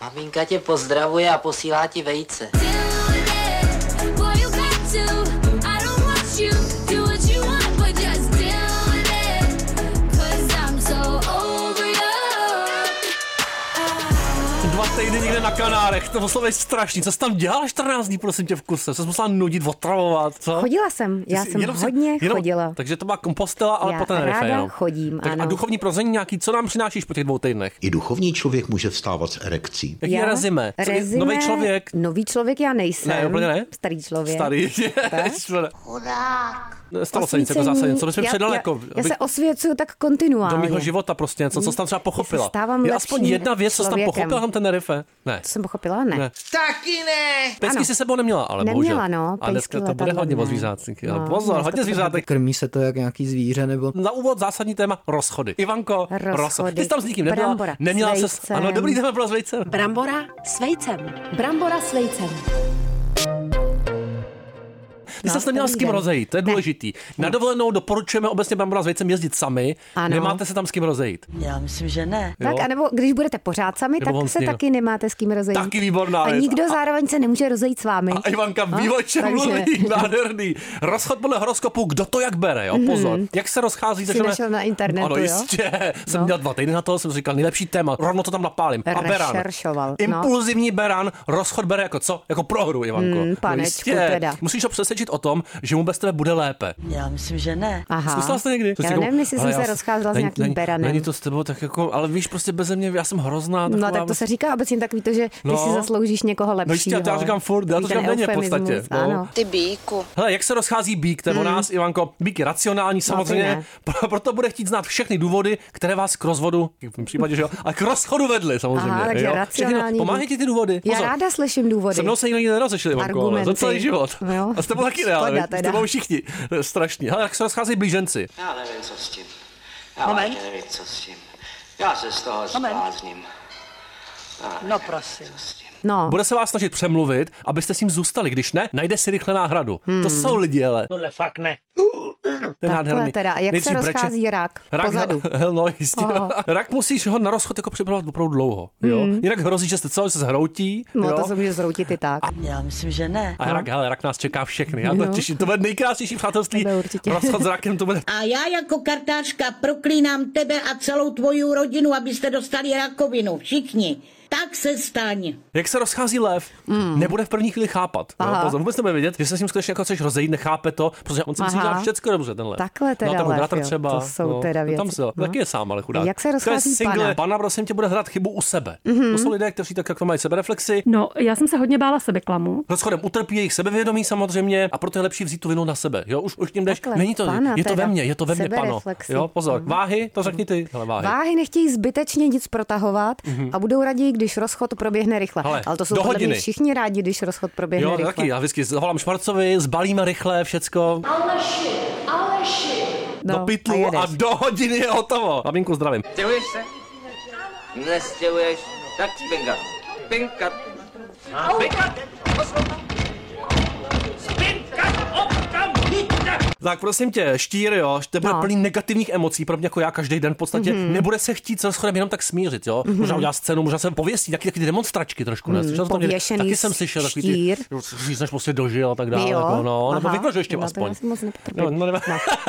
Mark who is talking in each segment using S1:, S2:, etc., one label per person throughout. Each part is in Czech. S1: Maminka tě pozdravuje a posílá ti vejce.
S2: Dva týdny někde na Kanárech, to muselo být strašný. Co jsi tam dělala 14 dní, prosím tě, v kuse? Co jsi musela nudit, otravovat, co?
S3: Chodila jsem, já
S2: Jsi-
S3: jsem
S2: si-
S3: hodně chodila.
S2: Takže to má kompostela, ale
S3: Já
S2: po Tenerife
S3: ráda
S2: jenom.
S3: chodím,
S2: tak A
S3: ano.
S2: duchovní prození nějaký, co nám přinášíš po těch dvou týdnech?
S4: I duchovní člověk může vstávat s erekcí.
S2: Jaký je rezime? Co-
S3: rezime?
S2: Nový člověk?
S3: Nový člověk já nejsem.
S2: Ne, úplně ne.
S3: Starý člověk.
S2: Starý. Chudák. Stalo se nic jako
S3: Osvícení.
S2: zásadně, co my jsme
S3: Já-
S2: předaleko.
S3: Já, já se osvěcuju tak kontinuálně.
S2: jako do mého života prostě něco, co jsi tam třeba
S3: Já se
S2: pochopila.
S3: stávám
S2: Je
S3: lepším
S2: aspoň jedna věc, co jsi tam
S3: člověkem.
S2: pochopila tam ten Tenerife? Ne.
S3: Jsem pochopila? Ne.
S2: Ne.
S3: ne.
S2: Pesky
S3: Ano.
S2: si sebou neměla, ale bohužel.
S3: Neměla, no,
S2: A dneska
S3: pejsky
S2: to bude
S3: letadlo
S2: hodně o
S3: ne.
S2: zvířátcích.
S3: No,
S2: No, Pozor,
S3: dneska
S2: hodně
S3: to bude
S2: zvířátek.
S5: Krmí se to jak nějaký zvíře, nebo...
S2: Na úvod zásadní téma rozchody. Ivanko,
S3: Rozchody.
S2: rozchody. Ty jsi tam s nikým nebyla.
S3: Brambora s
S2: neměla se.
S3: vejcem.
S2: Ano, dobrý den, byla s vejcem.
S6: Brambora s vejcem. Brambora s vejcem.
S2: Ty
S3: No,
S2: jsi se neměla s
S3: dobrý
S2: kým
S3: den.
S2: rozejít, to je
S3: Ne.
S2: důležitý. Na dovolenou doporučujeme obecně Brambora s vejcem jezdit sami.
S3: Ano.
S2: Nemáte se tam s kým rozejít.
S7: Já myslím, že ne.
S2: Jo?
S3: Tak, anebo když budete pořád sami,
S2: Nebo on
S3: tak
S2: s
S3: se
S2: ním.
S3: taky nemáte s kým rozejít.
S2: Taky výborná
S3: A
S2: věc.
S3: nikdo
S2: A-
S3: zároveň se nemůže rozejít s vámi.
S2: A Ivanka
S3: No,
S2: ví, o čem
S3: takže- Mhm.
S2: mluví, nádherný. Rozchod podle horoskopu, kdo to jak bere, jo, pozor. Jak se rozchází,
S3: Jsi našel na internetu,
S2: Ano,
S3: jo? No.
S2: jistě. Jsem měl dva týdny na to, jsem si říkal, nejlepší téma, rovno to tam napálím. A Beran.
S3: Rešeršoval, no.
S2: Impulzivní Beran, rozchod bere jako co? Jako prohru, Ivanko.
S3: Mm, panečku
S2: jistě.
S3: teda.
S2: Musíš ho přesvědčit o tom, že mu bez tebe bude lépe.
S7: Já myslím, že ne.
S3: Aha.
S2: Zkusila jste někdy?
S3: Já
S2: Říkám,
S3: nevím, jestli
S2: "Ale
S3: jsem
S2: já
S3: se
S2: s-
S3: rozcházela s
S2: není-
S3: nějakým
S2: není-
S3: beranem.
S2: Není to s tebou tak jako, ale víš, prostě beze mě, já jsem hrozná.
S3: No
S2: taková vlastně-
S3: tak to se říká obecně takový to, že ty
S2: No.
S3: si zasloužíš někoho
S2: No jistě,
S3: lepšího.
S2: já to já říkám furt, já to
S3: Takový ten
S2: říkám denně v
S3: eufemismus,
S2: podstatě, no.
S3: Ano.
S8: Ty bíku.
S2: Hele, jak se rozchází bík, to
S3: Hmm.
S2: je o nás, Ivanko. Bík je
S3: No,
S2: racionální, samozřejmě,
S3: ne.
S2: pro- proto bude chtít znát všechny důvody, které vás k rozvodu, v tom případě, že jo, a k rozchodu vedly, samozřejmě.
S3: Aha, takže
S2: jo.
S3: racionální.
S2: Pomáhají ti ty důvody.
S3: Já
S2: Pozor.
S3: ráda slyším důvody.
S2: Se mnou se nikdy nerozešli, Ivanko, ale za
S3: Argumenty.
S2: celý život.
S3: No jo.
S2: A s tebou taky ne,
S3: Škoda
S2: ale s
S3: teda. No.
S2: tebou všichni. To je Strašný. Hele, jak se rozcházejí blíženci.
S1: Já nevím, co s tím. Já
S9: No.
S7: Moment.
S1: vážně nevím, co s tím. Já se z toho
S7: Moment.
S1: zblázním.
S7: No prosím.
S3: No,
S2: Bude se vás snažit přemluvit, abyste s ním zůstali. Když ne, najde si rychle náhradu. To jsou lidi, ale. Tohle fakt ne. Ten
S3: Hmm. Takhle
S2: nádherný.
S3: teda. A jak se
S2: Nejdřív breče.
S3: rozchází rak?
S2: Rak,
S3: Pozadu.
S2: hel- no, jistě.
S3: Aha. Hmm.
S2: Rak musíš ho na rozchod jako připravovat opravdu dlouho. Jo? Jinak hrozí, že se celé se zhroutí.
S3: no
S2: jo?
S3: to se může zhroutit i tak.
S7: Já myslím, že ne.
S2: A rak, hele, rak nás čeká všechny. Já to
S3: No.
S2: těším. To bude nejkrásnější přátelství.
S3: To bude určitě.
S2: Rozchod s rakem, to bude
S10: A já jako kartářka proklínám tebe a celou tvoji rodinu, abyste dostali rakovinu. Všichni. Tak se staň.
S2: Jak se rozchází lev, nebude v první chvíli chápat. No,
S3: Hmm. Aha.
S2: pozor, vůbec nebude vědět, že se s ním skutečně jako chceš rozejít, nechápe to, protože on si myslí, že
S3: Aha.
S2: dělá všechno dobře, ten lev.
S3: Takhle
S2: no,
S3: teda
S2: ten
S3: lev,
S2: bratr
S3: jo,
S2: třeba.
S3: to jsou
S2: no,
S3: teda
S2: no, Tam
S3: věci.
S2: se,
S3: No.
S2: taky je sám, ale chudák.
S3: Jak
S2: To
S3: se
S2: je
S3: rozchází
S2: single.
S3: pana? Mhm.
S2: Pana prosím tě bude hrát chybu u sebe. To jsou lidé, kteří tak jako mají sebereflexi.
S11: No, já jsem se hodně bála sebeklamu.
S2: Rozchodem utrpí jejich sebevědomí samozřejmě a proto je lepší vzít tu vinu na sebe. Jo, už, už tím jdeš.
S3: Takhle,
S2: Není to,
S3: pana
S2: je to ve
S3: teda.
S2: mně, je to ve mně, pano.
S3: Sebereflexi.
S2: Jo, pozor. Váhy, to řekni ty. Hele, váhy.
S3: Váhy nechtějí zbytečně nic protahovat a budou raději, když rozchod proběhne rychle.
S2: Mhm. Hele,
S3: Ale to jsou
S2: do
S3: podle mě
S2: hodiny.
S3: všichni rádi, když rozchod proběhne
S2: Jo, no
S3: rychle.
S2: taky. Já vždycky zavolám Švarcovi, zbalíme rychle všecko.
S3: no,
S2: do
S3: a
S2: pytlu a,
S3: jedeš.
S2: do hodiny je hotovo. Maminku zdravím.
S1: Stěhuješ se? Nestěhuješ? Tak spinkat. Spinkat.
S2: Tak prosím tě, štír, jo, to bude
S3: No. Mhm.
S2: plný negativních emocí, pro mě jako já každý den v podstatě. Nebude se chtít se schodem jenom tak smířit, jo. Možná udělá scénu, možná se pověsí, taky, taky ty demonstračky trošku, ne? Slyšel jsi to někdy?
S3: Mhm, pověšený
S2: taky jsem slyšel takový ty,
S3: štír.
S2: víc než prostě dožil a tak dále.
S3: Jo,
S2: Jako, no, nebo
S3: aha.
S2: vykrož ještě
S3: No, to
S2: aspoň.
S3: já si moc nepotrpím.
S2: no, no,
S3: No,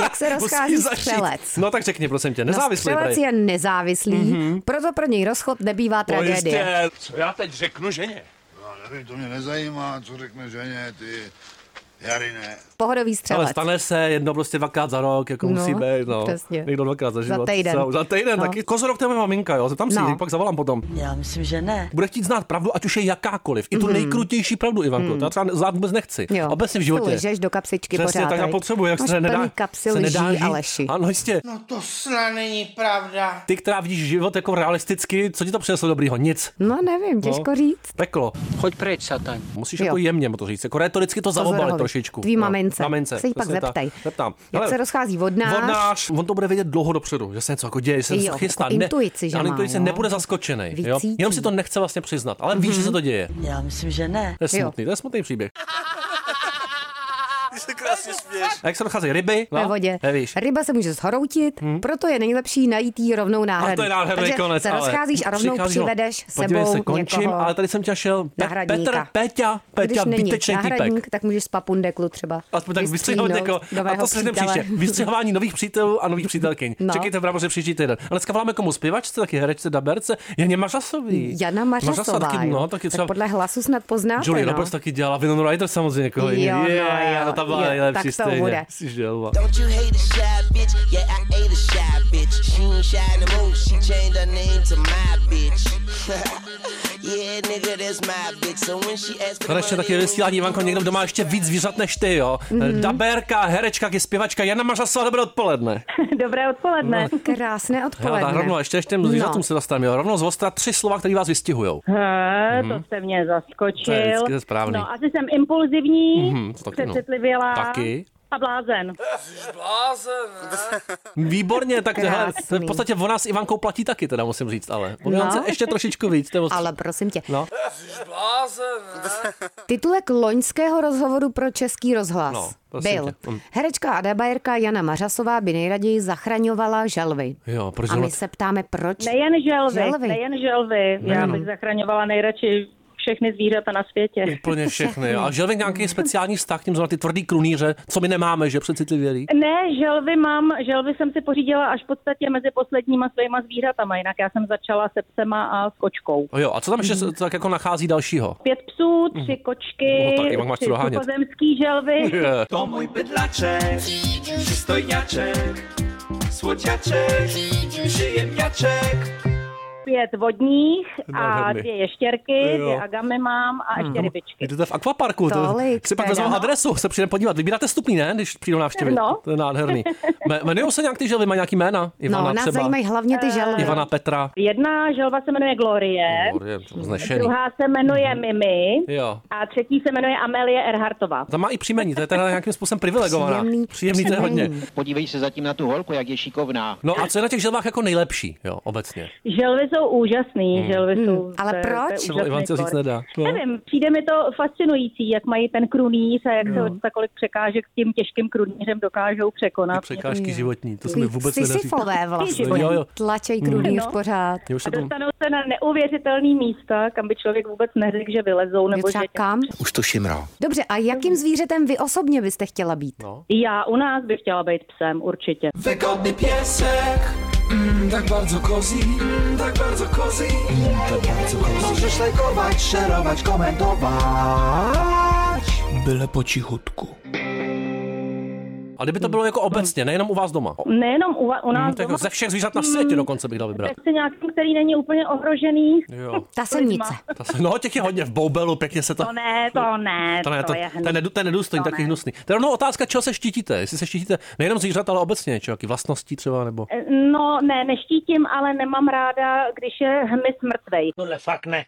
S3: jak se
S2: Musí
S3: rozchází
S2: začít.
S3: střelec?
S2: No tak řekni, prosím tě,
S3: No,
S2: nezávislý.
S3: střelec
S2: prej. Mhm.
S3: je nezávislý, proto pro něj rozchod nebývá
S2: No,
S3: tragédie.
S2: jistě.
S12: Co já teď řeknu ženě?
S8: Já nevím, to mě nezajímá, co řekne ženě, ty Jarine.
S3: Pohodový
S2: Ale
S3: střelec.
S2: stane se jedno prostě dvakrát za rok, jako
S3: No,
S2: musí být, no.
S3: přesně.
S2: Někdo dvakrát za
S3: Za
S2: život.
S3: týden.
S2: Co? Za týden
S3: No.
S2: taky. Kozorok to je moje maminka, jo, tam si,
S3: No.
S2: ji pak zavolám potom.
S7: Já myslím, že ne.
S2: Bude chtít znát pravdu, ať už je jakákoliv. I tu nejkrutější pravdu, Ivanko. To já třeba znát vůbec nechci.
S3: Mhm. Jo.
S2: Obecně v životě.
S3: Ty lžeš do kapsičky
S2: Přesně,
S3: pořád.
S2: tak já
S3: veď?
S2: potřebuji, jak
S3: Máš
S2: se nedá,
S3: plný kapsy
S2: se
S3: lží
S2: nedá žít.
S3: a leši.
S2: Ano, jistě.
S12: No to snad není pravda.
S2: Ty, která vidíš život jako realisticky, co ti to přineslo dobrýho? Nic.
S3: No nevím, těžko
S2: No.
S3: říct.
S2: Peklo.
S1: Choď pryč, satan.
S2: Musíš
S3: Jo.
S2: jako jemně mu to říct. Jako retoricky to zaobalit
S3: Pozorovi.
S2: trošičku.
S3: Tvý
S2: No,
S3: mamince.
S2: Mamince.
S3: Se jí pak
S2: přesně tak.
S3: zeptej.
S2: Zeptám.
S3: Jak
S2: Hele,
S3: se rozchází vodnář?
S2: Vodnář, on to bude vědět dlouho dopředu, že se něco jako děje, že se
S3: Jo,
S2: něco chystá.
S3: takovou intuici, že
S2: ale
S3: má,
S2: intuice
S3: jo.
S2: nebude zaskočený. Jo?
S3: Vycítí.
S2: Jenom si to nechce vlastně přiznat, ale
S3: Mhm.
S2: ví, že se to děje.
S7: Já myslím, že ne.
S2: To je smutný, to je smutný příběh. Ty se
S13: krásně směš.
S2: A jak se docházejí ryby?
S3: ve vodě.
S2: No, Nevíš.
S3: Ryba se může zhroutit, proto je nejlepší najít jí rovnou náhradu.
S2: A to je nádherný
S3: Takže
S2: konec.
S3: se
S2: ale
S3: rozcházíš a rovnou
S2: přichází, no,
S3: přivedeš s
S2: podívej
S3: sebou
S2: se, končím,
S3: někoho
S2: ale tady jsem tě šel. Pe-
S3: náhradníka.
S2: Petr, Peťa, Peťa,
S3: Když není
S2: výtečný
S3: náhradník,
S2: týpek.
S3: tak můžeš z papundeklu třeba
S2: Aspoň tak vystřihovat
S3: vystříhnout
S2: někoho. A
S3: nového
S2: to se řekne
S3: přítele.
S2: příště. Vystřihování nových přítelů a nových přítelkyň.
S3: No.
S2: Čekejte v Bramoře příští týden. A dneska voláme komu zpěvačce, taky herečce, daberce, Janě Mařasový.
S3: Jana
S2: Mařasa,
S3: Mařasová.
S2: taky,
S3: jo.
S2: no, taky třeba
S3: tak podle hlasu snad poznáte.
S2: Julie
S3: no.
S2: Roberts taky dělala Winona Ryder samozřejmě někoho
S3: Jo,
S2: jiného.
S3: no,
S2: Je,
S3: jo,
S2: no, ta byla
S3: jo,
S2: nejlepší
S3: tak to
S2: stejně.
S3: bude.
S2: Jsi želva.
S13: Don't you hate a shy bitch? Yeah, I ate a shy bitch. She ain't shy no more. She changed her name to my bitch. yeah, nigga, that's my bitch. So when she asks for
S2: Konečně
S13: money,
S2: taky vysílání Ivanko, někdo, kdo má ještě víc zvířat než ty, jo.
S3: Mhm.
S2: Daberka, herečka, taky zpěvačka Jana Mařasová, dobré odpoledne.
S3: Dobré odpoledne. Krásné odpoledne. No.
S2: Hele, rovno, ještě, ještě zvířatům se dostaneme, jo. Rovnou z ostra tři slova, které vás vystihujou.
S9: He,
S2: Mhm.
S9: to jste mě
S2: To je
S9: zaskočil.
S2: vždycky správný.
S9: No, asi jsem impulzivní,
S2: Mhm, to taky, no.
S9: přecitlivělá
S2: Taky.
S9: a blázen.
S2: Výborně, tak hele, to je v
S9: Krásný.
S2: podstatě o nás Ivankou platí taky, teda musím říct, ale. O Ivance
S3: No.
S2: ještě trošičku víc. To je o-
S3: Ale prosím tě.
S2: No.
S3: Titulek loňského rozhovoru pro Český rozhlas
S2: No, prosím
S3: byl
S2: tě. Mm.
S3: Herečka a debajerka Jana Mařasová by nejraději zachraňovala želvy.
S2: Jo, proč
S3: a my
S2: zrovna-
S3: se ptáme, proč?
S9: Nejen želvy,
S3: Želvy.
S9: nejen želvy. Já
S2: Nejenom.
S9: bych zachraňovala nejradši všechny zvířata na světě.
S2: Úplně všechny. jo. A želvy nějaký speciální vztah k ním, zrovna ty tvrdý krunýře, co my nemáme, že přecitlivělí.
S9: Ne, želvy mám, želvy jsem si pořídila až v podstatě mezi posledníma svýma zvířatama, jinak já jsem začala se psema a s kočkou.
S2: Jo, a co tam ještě se tak jako nachází dalšího?
S9: Pět psů, tři kočky,
S2: Mhm. No, tak Ivan, máš co
S9: tři
S2: dohánět.
S9: suchozemský želvy.
S2: Je.
S14: To můj bydlaček, přistojaček, svoťaček, žijemňaček.
S9: Pět vodních a
S2: Nádherný.
S9: dvě ještěrky,
S2: Jo.
S9: dvě agamy mám a ještě
S2: No,
S9: rybičky.
S2: Jdete v akvaparku. To,
S9: Tolik
S2: si pak
S9: teda.
S2: vezmou adresu, se přijde podívat. Vybíráte stupný, ne, když přijdou návštěvy.
S9: No.
S2: To je nádherný. Me- Jmenují se nějak ty želvy, mají nějaký jména? Ivana
S3: no, nás
S2: třeba.
S3: zajímají hlavně
S9: Eh,
S3: ty želvy.
S2: Ivana Petra.
S9: Jedna želva se jmenuje Glorie,
S2: Bože, to Znešený.
S9: druhá se jmenuje
S2: Mhm.
S9: Mimi
S2: Jo.
S9: a třetí se jmenuje Amelie Erhartová.
S2: Tam má i příjmení, to je teda nějakým způsobem privilegovaná.
S9: Příjemný
S2: to je hodně.
S9: příjmení.
S15: Podívej se zatím na tu holku, jak je šikovná.
S2: No a co je na těch želvách jako nejlepší, jo, obecně?
S9: Želvy jsou úžasný,
S2: Hmm.
S9: želvy jsou...
S3: Mhm. ale
S9: to je- to je
S3: proč?
S9: úžasný
S2: Třeba Ivance
S9: tvor.
S2: říct nedá.
S9: No,
S2: No,
S9: Nevím, přijde mi to fascinující, jak mají ten krunýř a jak
S2: Mhm.
S9: se za kolik překážek s tím těžkým krunýřem dokážou překonat.
S2: Překážky životní, to se mi vůbec nedaří.
S3: Sisyfové vlastně.
S2: No, Jo, jo.
S3: Tlačej
S2: Mm.
S3: krunýř
S9: No.
S3: pořád.
S2: Mě už se to...
S9: Dostanou se na neuvěřitelný místa, kam by člověk vůbec neřekl, že vylezou. Nebo že...
S3: kam?
S4: Už to šimrá.
S3: Dobře, a jakým zvířetem vy osobně byste chtěla být?
S2: No.
S9: Já u nás bych chtěla být psem, určitě.
S14: Wygodny piesek, mm, tak bardzo cozy, mm, tak bardzo cozy, mm, tak bardzo cozy. Możesz lajkować, szerować, komentować.
S2: Byle potichutku. A kdyby to bylo jako obecně, nejenom u vás doma.
S9: Nejenom u, u nás
S2: Mhm, tak
S9: No. doma, Mm.
S2: ze všech zvířat na světě dokonce bych dal vybrat.
S9: tak se nějakým, který není úplně ohrožený.
S2: Jo.
S3: Ta
S9: semnice.
S2: Ta se- No, těch je hodně v boubelu, pěkně se to...
S9: To ne, to ne,
S2: To ne, to,
S9: je
S2: to, je,
S9: hnus.
S2: nedu, to je nedůstojný,
S9: To
S2: taky
S9: ne.
S2: hnusný. To je rovnou otázka, čeho se štítíte. Jestli se štítíte nejenom zvířat, ale obecně něčeho, jaký vlastností třeba, nebo...
S9: No, ne, neštítím, ale nemám ráda, když je hmyz mrtvej. Tohle fakt ne.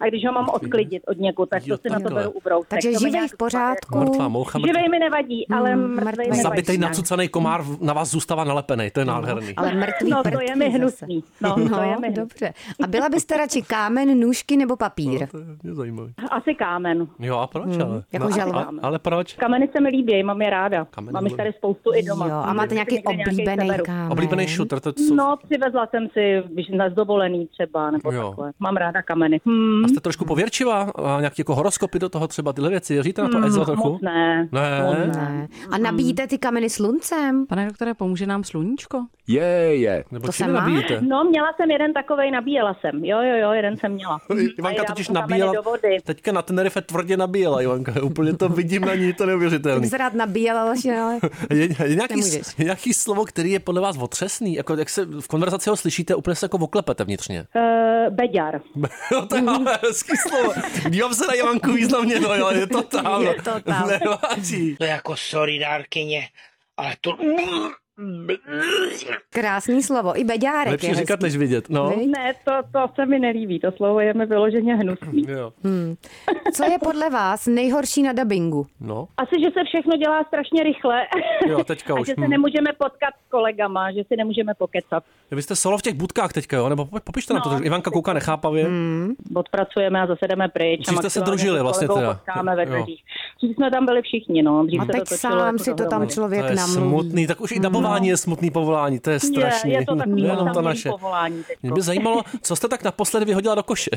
S9: A když ho mám odklidit od někud, tak to si na to
S2: takhle.
S9: beru ubrousek.
S3: Takže
S9: To mi
S3: živej
S9: nějak-
S3: v pořádku.
S2: Mrtvá moucha, mrtvá-
S9: Živej mi nevadí, ale
S3: Mm,
S9: mrtvej mi
S3: mrtvej.
S2: Zabitej nacucaný komár v- na vás zůstává nalepený, to je nádherný.
S3: Ale mrtvý
S9: No, to
S3: prd
S9: je mi
S3: zase.
S9: hnusný. No, to je mi hnusný.
S3: dobře. A byla byste radši kámen, nůžky nebo papír?
S9: No,
S2: Mě zajímavý.
S9: Asi kámen.
S2: Jo, a proč
S9: Mm,
S2: ale? No,
S9: jako želva.
S2: a- ale proč?
S9: Kameny se mi líbí, mám je ráda.
S2: Kameny
S9: mám
S2: byly-
S9: jich tady spoustu i doma.
S3: Jo, a máte nějaký
S9: Někde nějaký
S3: oblíbený
S9: seberu.
S3: kámen?
S2: Oblíbený šutr, to jsou...
S9: No, přivezla jsem si když na zdovolený třeba, nebo
S2: Jo.
S9: takhle. Mám ráda kameny. Hmm.
S2: A jste trošku pověrčivá? A nějaký jako horoskopy do toho třeba, tyhle věci? Věříte na to
S9: Mm,
S2: Ezo trochu?
S9: moc ne.
S2: Ne?
S9: Moc
S3: No, ne. A nabíjíte ty kameny sluncem?
S16: Pane doktore, pomůže nám sluníčko?
S2: Je, je. Nebo
S3: To
S2: čím
S3: jsem má.
S2: nabíjíte?
S9: No, měla jsem jeden takovej, nabíjela jsem. Jo, jo, jo, jeden jsem měla.
S2: Ivanka totiž
S9: nabíjela.
S2: nabíjela,
S9: Do vody.
S2: teďka na Tenerife tvrdě nabíjela Ivanka, úplně to vidím na ní, to je
S3: Tak
S2: neuvěřitelný.
S3: se rád nabíjel, ale vlastně, ale...
S2: Je, je, nějaký,
S3: Nemůžeš.
S2: je nějaký slovo, který je podle vás otřesný, jako jak se v konverzaci ho slyšíte, úplně se jako oklepete vnitřně.
S9: Uh, beďar.
S2: Jo, to je ale hezký slovo. Dívám se na Ivanku významně, no ale je to tam.
S12: Je to tam.
S2: Nevadí.
S12: To je jako sorry, dárkyně, ale to...
S3: Krásný slovo, i beďárek
S2: Lepší
S3: je
S2: říkat,
S3: hezký.
S2: než vidět, no.
S3: Vy?
S9: Ne, to, to se mi nelíbí, to slovo je mi vyloženě hnusný.
S2: Jo.
S3: Hmm. Co je podle vás nejhorší na dabingu?
S2: No.
S9: Asi, že se všechno dělá strašně rychle.
S2: Jo, teďka
S9: a
S2: už,
S9: že se
S2: hm.
S9: nemůžeme potkat s kolegama, že si nemůžeme pokecat.
S2: Vy jste solo v těch budkách teďka, jo? Nebo po- popište nám No, to, že Ivanka kouká nechápavě.
S9: Odpracujeme a zase jdeme pryč.
S2: Dřív jste se
S9: maximálně
S2: družili
S9: s
S2: vlastně
S9: kolegou
S2: teda.
S9: Potkáme ve
S2: Jo.
S9: dveřích. Dřív jsme tam byli všichni, no. Dřív
S3: A
S9: se
S3: teď
S9: točilo
S3: sám
S9: jako
S3: si to tam
S9: dohromady.
S3: člověk
S2: to je
S3: namluví.
S2: smutný, tak už i dabování je smutný povolání, to No. je strašný.
S9: Je, je to takový
S2: Nejenom to
S9: osamlý
S2: naše.
S9: povolání teďko.
S2: Mě by zajímalo, co jste tak naposledy vyhodila do koše?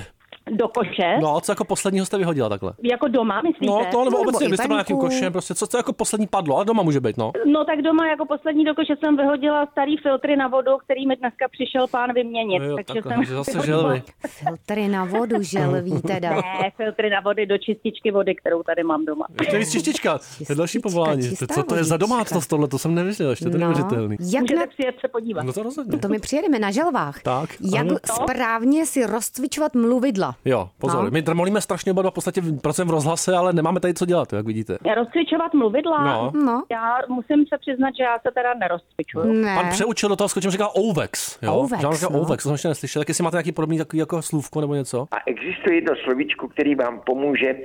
S9: Do koše?
S2: No, co jako posledního jste vyhodila takhle?
S9: Jako doma, myslíte?
S2: No, to nebo obecně, vy jste byla nějakým košem, prostě, co to jako poslední padlo, a doma může být, no.
S9: No tak doma jako poslední do koše jsem vyhodila starý filtry na vodu, který mi dneska přišel pán vyměnit.
S2: No jo,
S9: takže
S2: takhle,
S9: jsem
S2: že zase
S9: vyhodila-
S2: želvy.
S3: Filtry na vodu želví teda.
S9: Ne, filtry na vody do čističky vody, kterou tady mám doma.
S2: To je čistička, to je další povolání.
S3: čistá
S2: Co to je za
S3: vodička.
S2: domácnost tohle, to jsem nevěděl, ještě to je neuvěřitelný.
S3: No, jak na...
S9: přijet se podívat.
S2: No to rozhodně.
S3: To my přijedeme na želvách.
S2: Tak,
S3: Jak
S2: ano.
S3: správně si rozcvičovat mluvidla.
S2: Jo, pozor,
S3: No.
S2: my trmolíme strašně oba dva, v podstatě pracujeme v rozhlase, ale nemáme tady co dělat, jak vidíte.
S9: Rozcvičovat mluvidla?
S2: No.
S9: Já musím se přiznat, že já se teda nerozcvičuju.
S3: Hmm.
S2: Pan přeučil do toho skočím, říká Ouvex. Jo?
S9: Ouvex,
S2: Žádám, říká
S9: no.
S2: Ouvex, to jsem ještě neslyšel. Tak jestli máte nějaký podobný takový jako slůvko nebo něco?
S17: A existuje jedno slovíčko, který vám pomůže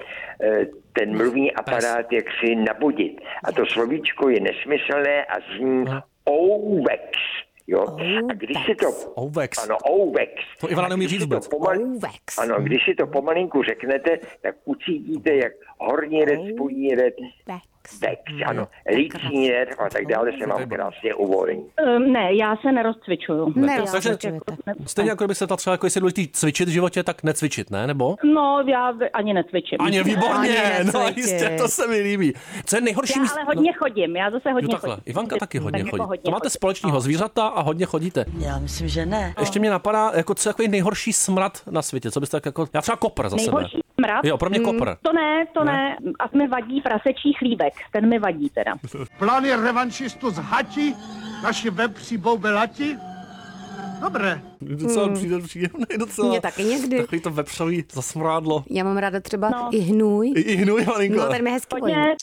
S17: eh, ten mluvní aparát jaksi nabudit. A to slovíčko je nesmyslné a zní ouvex. Jo? A když si to...
S2: Ouvex.
S17: Ano, ouvex.
S2: To Ivana neumí
S17: A když
S2: říct
S17: si to
S2: vůbec.
S3: Ouvex.
S17: Ano, když si to pomalinku řeknete, tak ucítíte, jak horní red, spodní red, vex, ano, líční red a tak dále se vám krásně uvolní.
S9: Um, ne, já se nerozcvičuju.
S2: Takže stejně jako by se ta třeba, jako jestli je důležitý cvičit v životě, tak necvičit, ne? Nebo?
S9: No, já v- ani necvičím.
S2: Ani výborně,
S9: Ani
S2: no
S9: necvičit.
S2: jistě, to se mi líbí. Co je nejhorší?
S9: Já ale hodně chodím, já zase
S2: Jo,
S9: hodně
S2: takhle.
S9: chodím.
S2: Ivanka taky hodně
S9: Tak jako
S2: chodí. To máte
S9: No.
S2: společného zvířata a hodně chodíte.
S7: Já myslím, že ne.
S2: Ještě mě napadá, jako co je takový nejhorší smrad na světě, co byste tak jako... Já třeba kopr za sebe.
S9: Nejhorší smrad?
S2: Jo, pro mě
S9: Mm,
S2: kopr.
S9: To ne, to ne. A mi vadí prasečí chlíbek, ten mi vadí teda.
S18: Plány revanšistů z Hati, naši web přiboube lati. Dobré.
S9: Mm.
S2: Docela
S3: Hmm.
S2: přijde příjemný, docela.
S3: Mě taky někdy.
S2: Takový to vepřový zasmrádlo.
S3: Já mám ráda třeba i hnůj.
S2: I- i hnůj, malinko.
S3: No, ten mi hezky voní.
S9: Koně,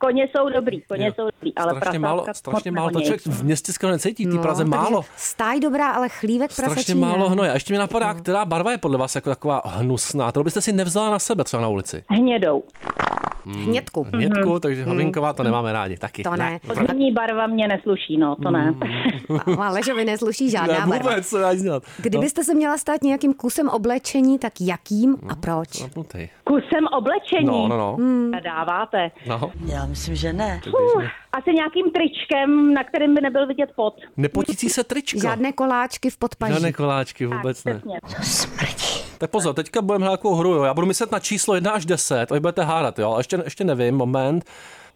S9: koně jsou dobrý, koně jsou dobrý, ale
S2: strašně
S9: prasátka
S2: málo,
S9: moc
S2: strašně málo, to
S9: nevonějí.
S2: člověk v městě skoro necítí, ty
S3: No,
S2: Praze
S3: takže
S2: málo.
S3: Stáj dobrá, ale chlívek
S2: Strašně
S3: prasečí.
S2: málo
S3: ne. No.
S2: hnoje. A ještě mi napadá, která barva je podle vás jako taková hnusná, kterou byste si nevzala na sebe třeba na ulici.
S9: Hnědou.
S3: Hnědku.
S2: Hnědku,
S9: Mhm.
S2: takže
S9: Mhm.
S2: Havinková to nemáme rádi taky.
S3: To ne.
S9: Podzimní barva mě nesluší, no, to ne.
S2: Hmm.
S3: Ale že vy nesluší
S2: Ne,
S3: žádná barva.
S2: vůbec, co dá nic dělat. No,
S3: Kdybyste se měla stát nějakým kusem oblečení, tak jakým a proč?
S2: No, Ty.
S9: Kusem oblečení.
S2: No, no, no.
S3: Mm.
S2: Hmm.
S9: Dáváte.
S2: no.
S7: Já myslím, že ne.
S9: Uh, asi nějakým tričkem, na kterém by nebyl vidět pot.
S2: Nepotící se trička.
S3: Žádné koláčky v podpaží.
S2: Žádné koláčky vůbec ne.
S9: Přesně.
S2: Tak pozor, teďka budeme hrát takovou hru, jo. Já budu myslet na číslo 1 až 10, a vy budete hádat, jo. A ještě, ještě nevím, moment.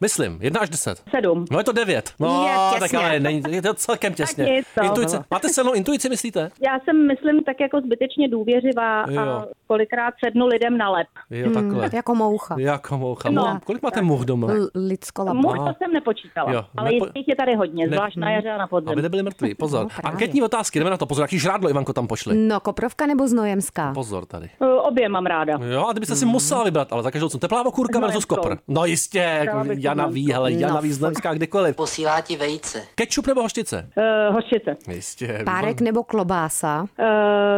S2: Myslím, 1 až 10.
S9: Sedm.
S2: No je to 9. No,
S9: Je, těsně.
S2: tak ale není, je to celkem
S9: Tak
S2: těsně.
S9: je to.
S2: Intuice. Máte silnou intuici, myslíte?
S9: Já jsem, myslím, tak jako zbytečně důvěřivá
S2: Jo.
S9: a kolikrát sednu lidem na lep.
S2: Jo, takhle.
S3: jako moucha.
S2: Jako moucha.
S9: Hmm. No.
S2: No. Kolik máte much doma?
S3: Lidsko
S9: Muž to jsem nepočítala,
S2: Jo,
S9: ale
S2: nepo-
S9: nepo... jistě je tady hodně,
S2: Ne-
S9: zvlášť na jaře a na podzim.
S2: Aby nebyli mrtví,
S9: No,
S2: pozor.
S3: právě.
S2: Anketní otázky, jdeme na to, pozor, jaký žrádlo Ivanko tam pošli.
S3: No, koprovka nebo znojemská?
S2: Pozor tady.
S9: Uh, Obě mám ráda.
S2: Jo, a kdybyste si
S9: Mm.
S2: musela vybrat, ale za každou cenu. Teplá okurka versus
S9: Znojemskou.
S2: kopr. No jistě,
S9: Dala
S2: jako
S9: bych
S2: Jana ví, hele,
S9: Znojemskou.
S2: Jana
S9: No,
S2: ví z Nemska, kdekoliv.
S7: Posílá ti vejce.
S2: Kečup nebo hoštice?
S9: Uh, hošice.
S2: Jistě.
S3: Párek nebo klobása?
S9: Uh,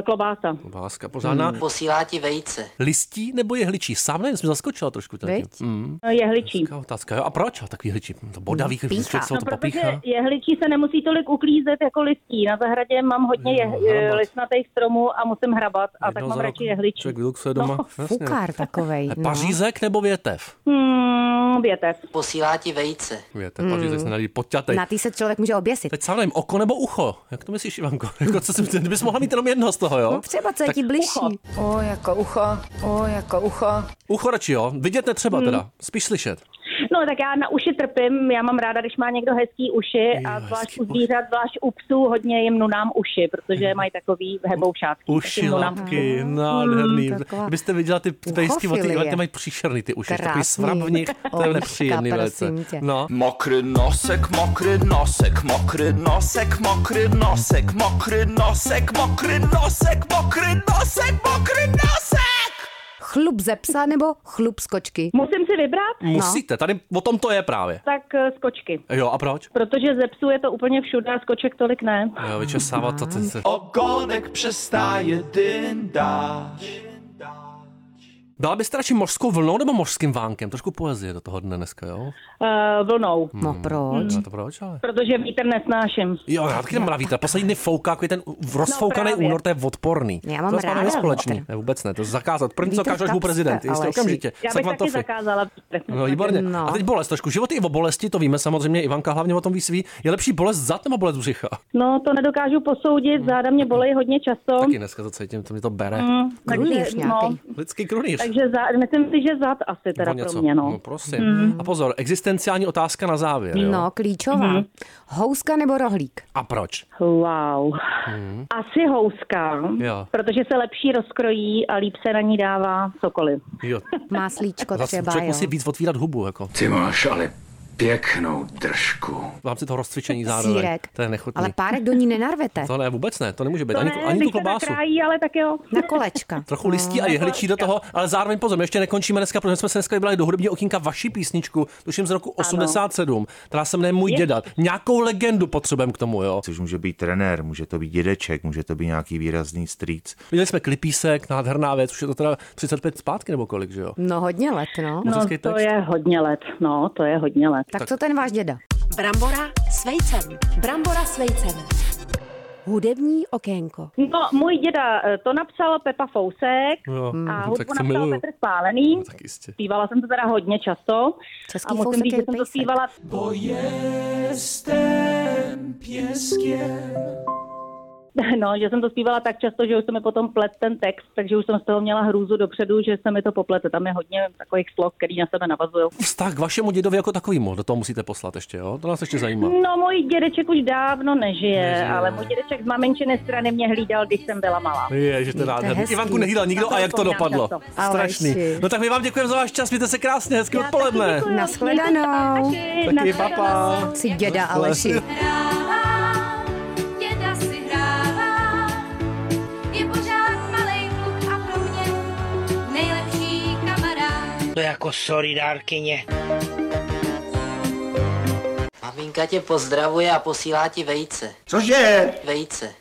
S9: klobása.
S2: Báska, pořádná.
S9: Hmm.
S7: Posílá ti vejce.
S2: Listí nebo jehličí? Sám nevím, jsem zaskočila trošku tady.
S9: Viď?
S2: Mm.
S9: Jehličí.
S2: Taková Otázka, jo, a proč? A takový hličí, to bodavý, když člověk se o to
S9: No, protože
S2: popíchá.
S9: jehličí se nemusí tolik uklízet jako listí. Na zahradě mám hodně je,
S2: No, hrabat.
S9: listnatých stromů a musím hrabat a tak mám radši jehličí. No,
S2: Člověk vyluxuje doma. Jasně.
S3: Fukár takovej. no.
S2: A Pařízek nebo větev?
S9: Hmm, větev.
S7: Posílá ti vejce.
S2: Větev, pařízek se nelíbí, poťatej.
S3: Hmm. Na tý se člověk může oběsit.
S2: Teď sám nevím, oko nebo ucho? Jak to myslíš, Ivanko? Jako, co jsi, ty bys mohla mít jenom jedno z toho, jo?
S3: No, třeba co je
S2: Tak
S3: ti blížší.
S19: O, jako ucho, o, jako ucho.
S2: Ucho radši, jo? Vidět netřeba
S3: Hmm.
S2: teda, spíš slyšet.
S9: No tak já na uši trpím, já mám ráda, když má někdo hezký uši a zvlášť u zvířat, zvlášť u psů, hodně jim nunám uši, protože mají takový heboušátky.
S2: Mhm. Uši,
S9: Taky nunám
S2: lapky, nádherný.
S3: Mm, taková-
S2: Byste viděla ty pejsky od
S3: Uchofilie.
S2: ty, ty mají příšerný ty uši, takový
S3: Krásný.
S2: svrabník, to je
S3: Oliška,
S2: nepříjemný velice.
S3: prosím tě.
S2: No.
S20: Mokrý nosek, mokrý nosek, mokrý nosek, mokrý nosek, mokrý nosek, mokrý nosek, mokrý nosek, mokrý nosek!
S3: Chlup ze psa nebo chlup z kočky?
S9: Musím si vybrat?
S2: Musíte, tady o tom to je právě.
S9: Tak eh, z kočky.
S2: Jo, a proč?
S9: Protože ze psů je to úplně všude a z koček tolik ne.
S2: Jo, vyčesávat to. Ty, se-
S20: Ogonek přestaje dyndáč.
S2: Byla byste radši mořskou vlnou nebo mořským vánkem? Trošku poezie do toho dne dneska, jo?
S9: Uh, vlnou.
S2: Mhm.
S3: No
S2: Hmm.
S3: proč?
S2: To proč, ale?
S9: Protože vítr nesnáším.
S2: Jo, já taky nemám víte. Poslední dny fouká, jako je ten rozfoukaný
S9: No, právě.
S2: únor, to je odporný.
S9: Já mám
S2: to s vámi
S9: ráda
S2: nespolečný.
S9: vítr.
S2: Ne, vůbec ne, to zakázat. První, co
S9: Vítr v
S2: kážeš mu
S9: kapse,
S2: prezident, jistě
S9: Aleši.
S2: okamžitě.
S9: Já bych taky zakázala vítr.
S2: No, výborně.
S9: No.
S2: A teď bolest trošku. Život i o bolesti, to víme samozřejmě, Ivanka hlavně o tom ví svý. Je lepší bolest zad nebo bolest břicha?
S9: No, to nedokážu posoudit, záda mě bolej hodně často.
S2: Mhm. Taky dneska to cítím, to mě to bere.
S9: Mm,
S2: Krunýř
S9: takže,
S2: nějaký. Lidský krunýř.
S9: Takže za, myslím si, že zad asi teda
S2: O něco.
S9: pro mě, no.
S2: no prosím. A pozor, existenciální otázka na závěr. Jo?
S3: No, klíčová.
S2: Mhm.
S3: Houska nebo rohlík?
S2: A proč?
S9: Wow.
S2: Hmm.
S9: Asi houska,
S2: Jo.
S9: protože se lepší rozkrojí a líp se na ní dává cokoliv.
S2: Jo.
S9: Jako
S3: Máslíčko
S2: Zas
S3: třeba,
S2: člověk
S3: jo.
S2: musí víc otvírat hubu. Jako.
S21: Ty máš ale pěknou držku.
S2: V rámci toho rozcvičení zároveň.
S3: Sýrek.
S2: To je nechutný.
S3: Ale párek do ní nenarvete.
S2: To ne, vůbec ne, to nemůže být.
S9: To
S2: ani,
S9: ne,
S2: tu, ani tu
S9: když se
S2: klobásu.
S9: nakrájí, ale tak jo.
S3: Na kolečka.
S2: Trochu listí
S9: No,
S2: a jehličí
S9: jako-
S2: do toho, ale zároveň pozor, my ještě nekončíme dneska, protože jsme se dneska vybrali do hudebního okýnka vaši písničku, tuším z roku 87, která se jmenuje Můj
S9: Je-
S2: děda. Nějakou legendu potřebujeme k tomu, jo.
S22: Což může být trenér, může to být dědeček, může to být nějaký výrazný strýc.
S2: Viděli jsme klipísek, nádherná věc, už je to teda 35 zpátky nebo kolik, že jo?
S3: No hodně let, no.
S9: No, to je hodně let, no, to je hodně let.
S3: Tak co ten váš děda?
S6: Brambora s vejcem. Brambora s vejcem.
S3: Hudební okénko.
S9: No, můj děda eh, to napsal Pepa Fousek
S3: Jo,
S2: Mhm,
S9: a
S3: tak
S9: hudbu
S3: to
S9: napsal
S3: miluju.
S9: Petr Spálený.
S2: tak jistě.
S9: Zpívala jsem to teda hodně často.
S3: Český
S9: a musím
S3: Fousek
S9: říct,
S3: je
S9: že jsem to zpívala...
S14: Pojeztem pěstěm.
S9: No, že jsem to zpívala tak často, že už se mi potom plet ten text, takže už jsem z toho měla hrůzu dopředu, že se mi to poplete. Tam je hodně takových slov, který na sebe navazují.
S2: Vztah k vašemu dědovi jako takovýmu, do toho musíte poslat ještě, jo? To nás ještě zajímá.
S9: No, můj dědeček už dávno nežije, ale můj dědeček z maminčiny strany mě hlídal, když jsem byla malá.
S2: Je, že to je nádherný.
S9: hezký.
S2: Ivanku nehlídal
S9: Na
S2: nikdo
S9: to
S2: a jak to
S9: vzpomínám
S2: dopadlo.
S9: často.
S2: Strašný.
S9: Aleši.
S2: No tak my vám děkujeme za váš čas, mějte se krásně, hezké odpoledne.
S9: No,
S3: Naschledanou.
S2: Taky papa.
S3: Jsi děda Aleši.
S14: Děda si hrává, je pořád malej kluk a pro mě nejlepší kamarád.
S12: To je jako sorry dárkyně.
S7: Maminka tě pozdravuje a posílá ti vejce.
S12: Cože?
S7: Vejce.